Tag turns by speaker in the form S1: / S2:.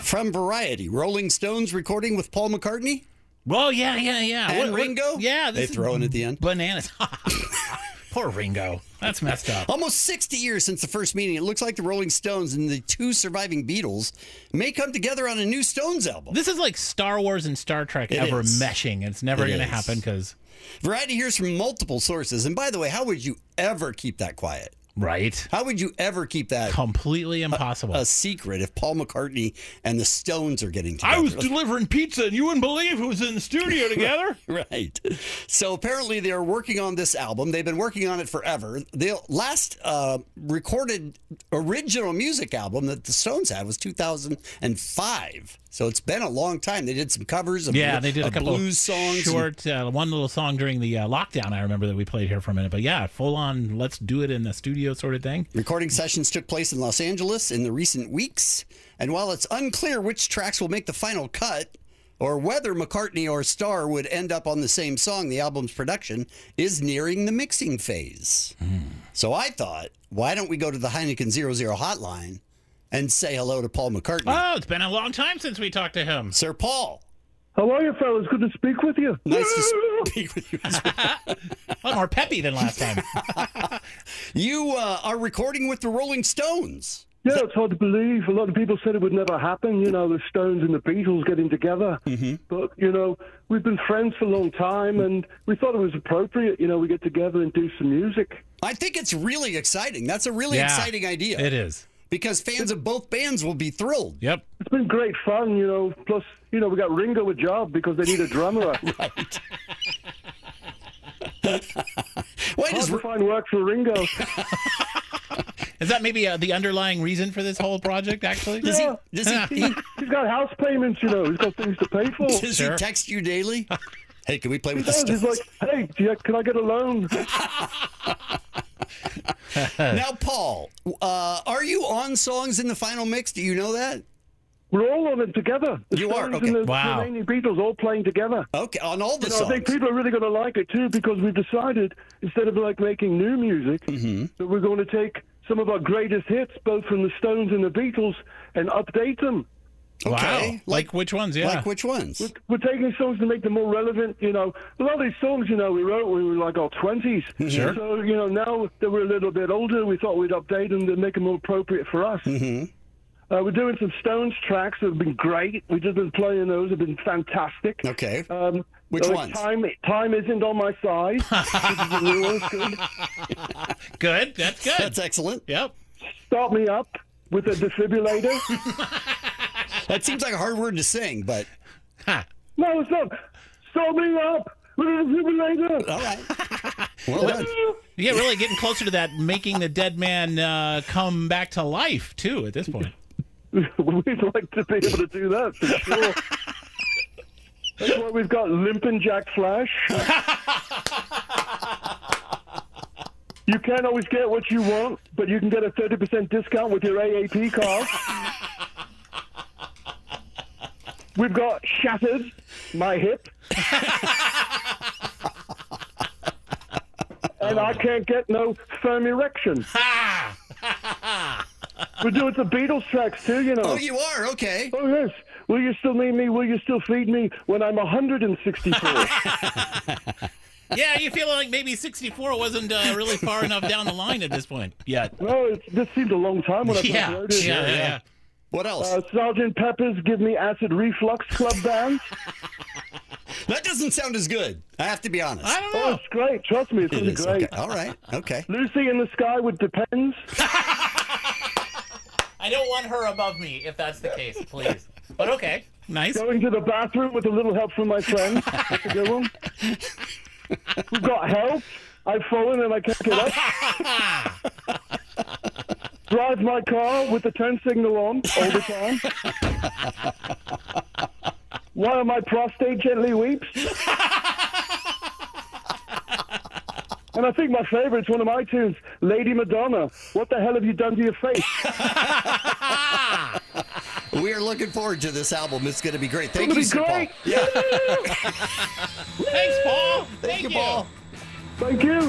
S1: from Variety, Rolling Stones recording with Paul McCartney
S2: Well, yeah, yeah, yeah.
S1: and Ringo.
S2: yeah,
S1: they
S2: this is
S1: throw in at the end.
S2: bananas. Poor Ringo. That's messed up.
S1: Almost 60 years since the first meeting, it looks like the Rolling Stones and the two surviving Beatles may come together on a new Stones album.
S2: This is like Star Wars and Star Trek
S1: It
S2: ever
S1: is.
S2: meshing. It's never
S1: It
S2: going to
S1: is.
S2: happen because
S1: Variety hears from multiple sources. And by the way, how would you ever keep that quiet?
S2: right,
S1: How would you ever keep that
S2: completely impossible.
S1: a secret if Paul McCartney and the Stones are getting together?
S2: I was delivering pizza, and you wouldn't believe who was in the studio together.
S1: Right. So apparently they're working on this album. They've been working on it forever. The last uh, recorded original music album that the Stones had was 2005. So it's been a long time. They did some covers of,
S2: yeah, they did a
S1: of
S2: couple
S1: blues songs.
S2: short, uh, one little song during the uh, lockdown. I remember that we played here for a minute, but yeah, full on, let's do it in the studio sort of thing.
S1: Recording sessions took place in Los Angeles in the recent weeks. And while it's unclear which tracks will make the final cut or whether McCartney or Starr would end up on the same song, the album's production is nearing the mixing phase.
S2: Hmm.
S1: So I thought, why don't we go to the Heineken 00 hotline and say hello to Paul McCartney?
S2: Oh, it's been a long time since we talked to him.
S1: Sir Paul,
S3: How are you, fellas? Good to speak with you.
S1: nice to speak with you. as well.
S2: A lot more peppy than last time.
S1: You uh, are recording with the Rolling Stones.
S3: Yeah, it's hard to believe. A lot of people said it would never happen. You know, the Stones and the Beatles getting together. Mm-hmm. But you know, we've been friends for a long time, and we thought it was appropriate. You know, we get together and do some music.
S1: I think it's really exciting. That's a really
S2: Yeah,
S1: exciting idea.
S2: It is.
S1: because fans of both bands will be thrilled.
S2: Yep.
S3: It's been great fun. You know, plus you know we got Ringo a job because they need a drummer. Hard
S1: Why does
S3: to find work for Ringo.
S2: Is that maybe uh, the underlying reason for this whole project, actually?
S1: does he,
S3: Yeah.
S1: does he, he-
S3: He's got house payments. You know, he's got things to pay for.
S1: does he
S2: Sure.
S1: text you daily? Hey, can we play with the
S3: He does.
S1: Stones?
S3: He's like, hey, do you, can I get a loan?
S1: now, Paul, uh, are you on songs in the final mix? Do you know that?
S3: We're all on it together. The
S1: You are?
S3: Stones
S1: Okay.
S3: And the
S2: Wow.
S3: remaining Beatles all playing together.
S1: Okay, on all the
S3: You know, I
S1: songs.
S3: think people are really going to like it too because we've decided instead of like making new music,
S1: Mm-hmm.
S3: that we're going to take some of our greatest hits, both from the Stones and the Beatles, and update them.
S2: Wow.
S1: Okay.
S2: Like, which ones? Yeah.
S1: Like which ones?
S3: We're taking songs to make them more relevant. You know, a lot of these songs, you know, we wrote when we were like our twenties.
S1: Mm-hmm.
S2: Sure.
S3: So you know, now that we're a little bit older, we thought we'd update them to make them more appropriate for us.
S1: Mm-hmm.
S3: Uh, we're doing some Stones tracks that have been great. We've just been playing those; have been fantastic.
S1: Okay.
S3: Um,
S1: Which
S3: like
S1: ones?
S3: Time, time isn't on my side. this is a new one. Good.
S2: Good. That's good.
S1: That's excellent.
S2: yep.
S3: Start me up with a defibrillator.
S1: That seems like a hard word to sing, but
S2: Ha.
S3: no, it's not. Start me up with a defibrillator.
S1: all right. Well done.
S2: Yeah, really getting closer to that, making the dead man uh, come back to life, too, at this point.
S3: We'd like to be able to do that for sure. That's why we've got Limpin' Jack Flash. you can't always get what you want, but you can get a 30% discount with your AAP card. we've got Shattered, My Hip. and I can't get no firm erection.
S2: Ah!
S3: We're doing some Beatles tracks too, you know.
S1: Oh, you are? Okay.
S3: Oh yes. Will you still need me? Will you still feed me when I'm 164?
S2: Yeah, you feel like maybe 64 wasn't uh, really far enough down the line at this point yet.
S3: well, it's, this seemed a long time when I first
S2: Yeah.
S3: wrote
S2: Yeah, yeah,
S3: it.
S2: yeah.
S1: What else?
S3: Uh, Sergeant Pepper's Give Me Acid Reflux Club Band.
S1: that doesn't sound as good. I have to be honest.
S2: I don't
S3: Oh,
S2: know.
S3: it's great. Trust me, it's
S1: It
S3: really
S1: is.
S3: great.
S1: Okay. All right. Okay.
S3: Lucy in the Sky with Depends.
S2: I don't want her above me if that's the case, please. But okay. Nice.
S3: Going to the bathroom with a little help from my friends. That's a good one. We've got help. I've fallen and I can't get up. Drive my car with the turn signal on all the time. Why my prostate gently weeps? And I think my favorite is one of my tunes, Lady Madonna. What the hell have you done to your face?
S1: We are looking forward to this album. It's going to be great. Thank
S3: It'll
S1: you,
S3: be
S1: Sir
S3: great.
S1: Paul. Yeah.
S2: Thanks, Paul.
S1: Thank you, Paul.
S3: Thank you.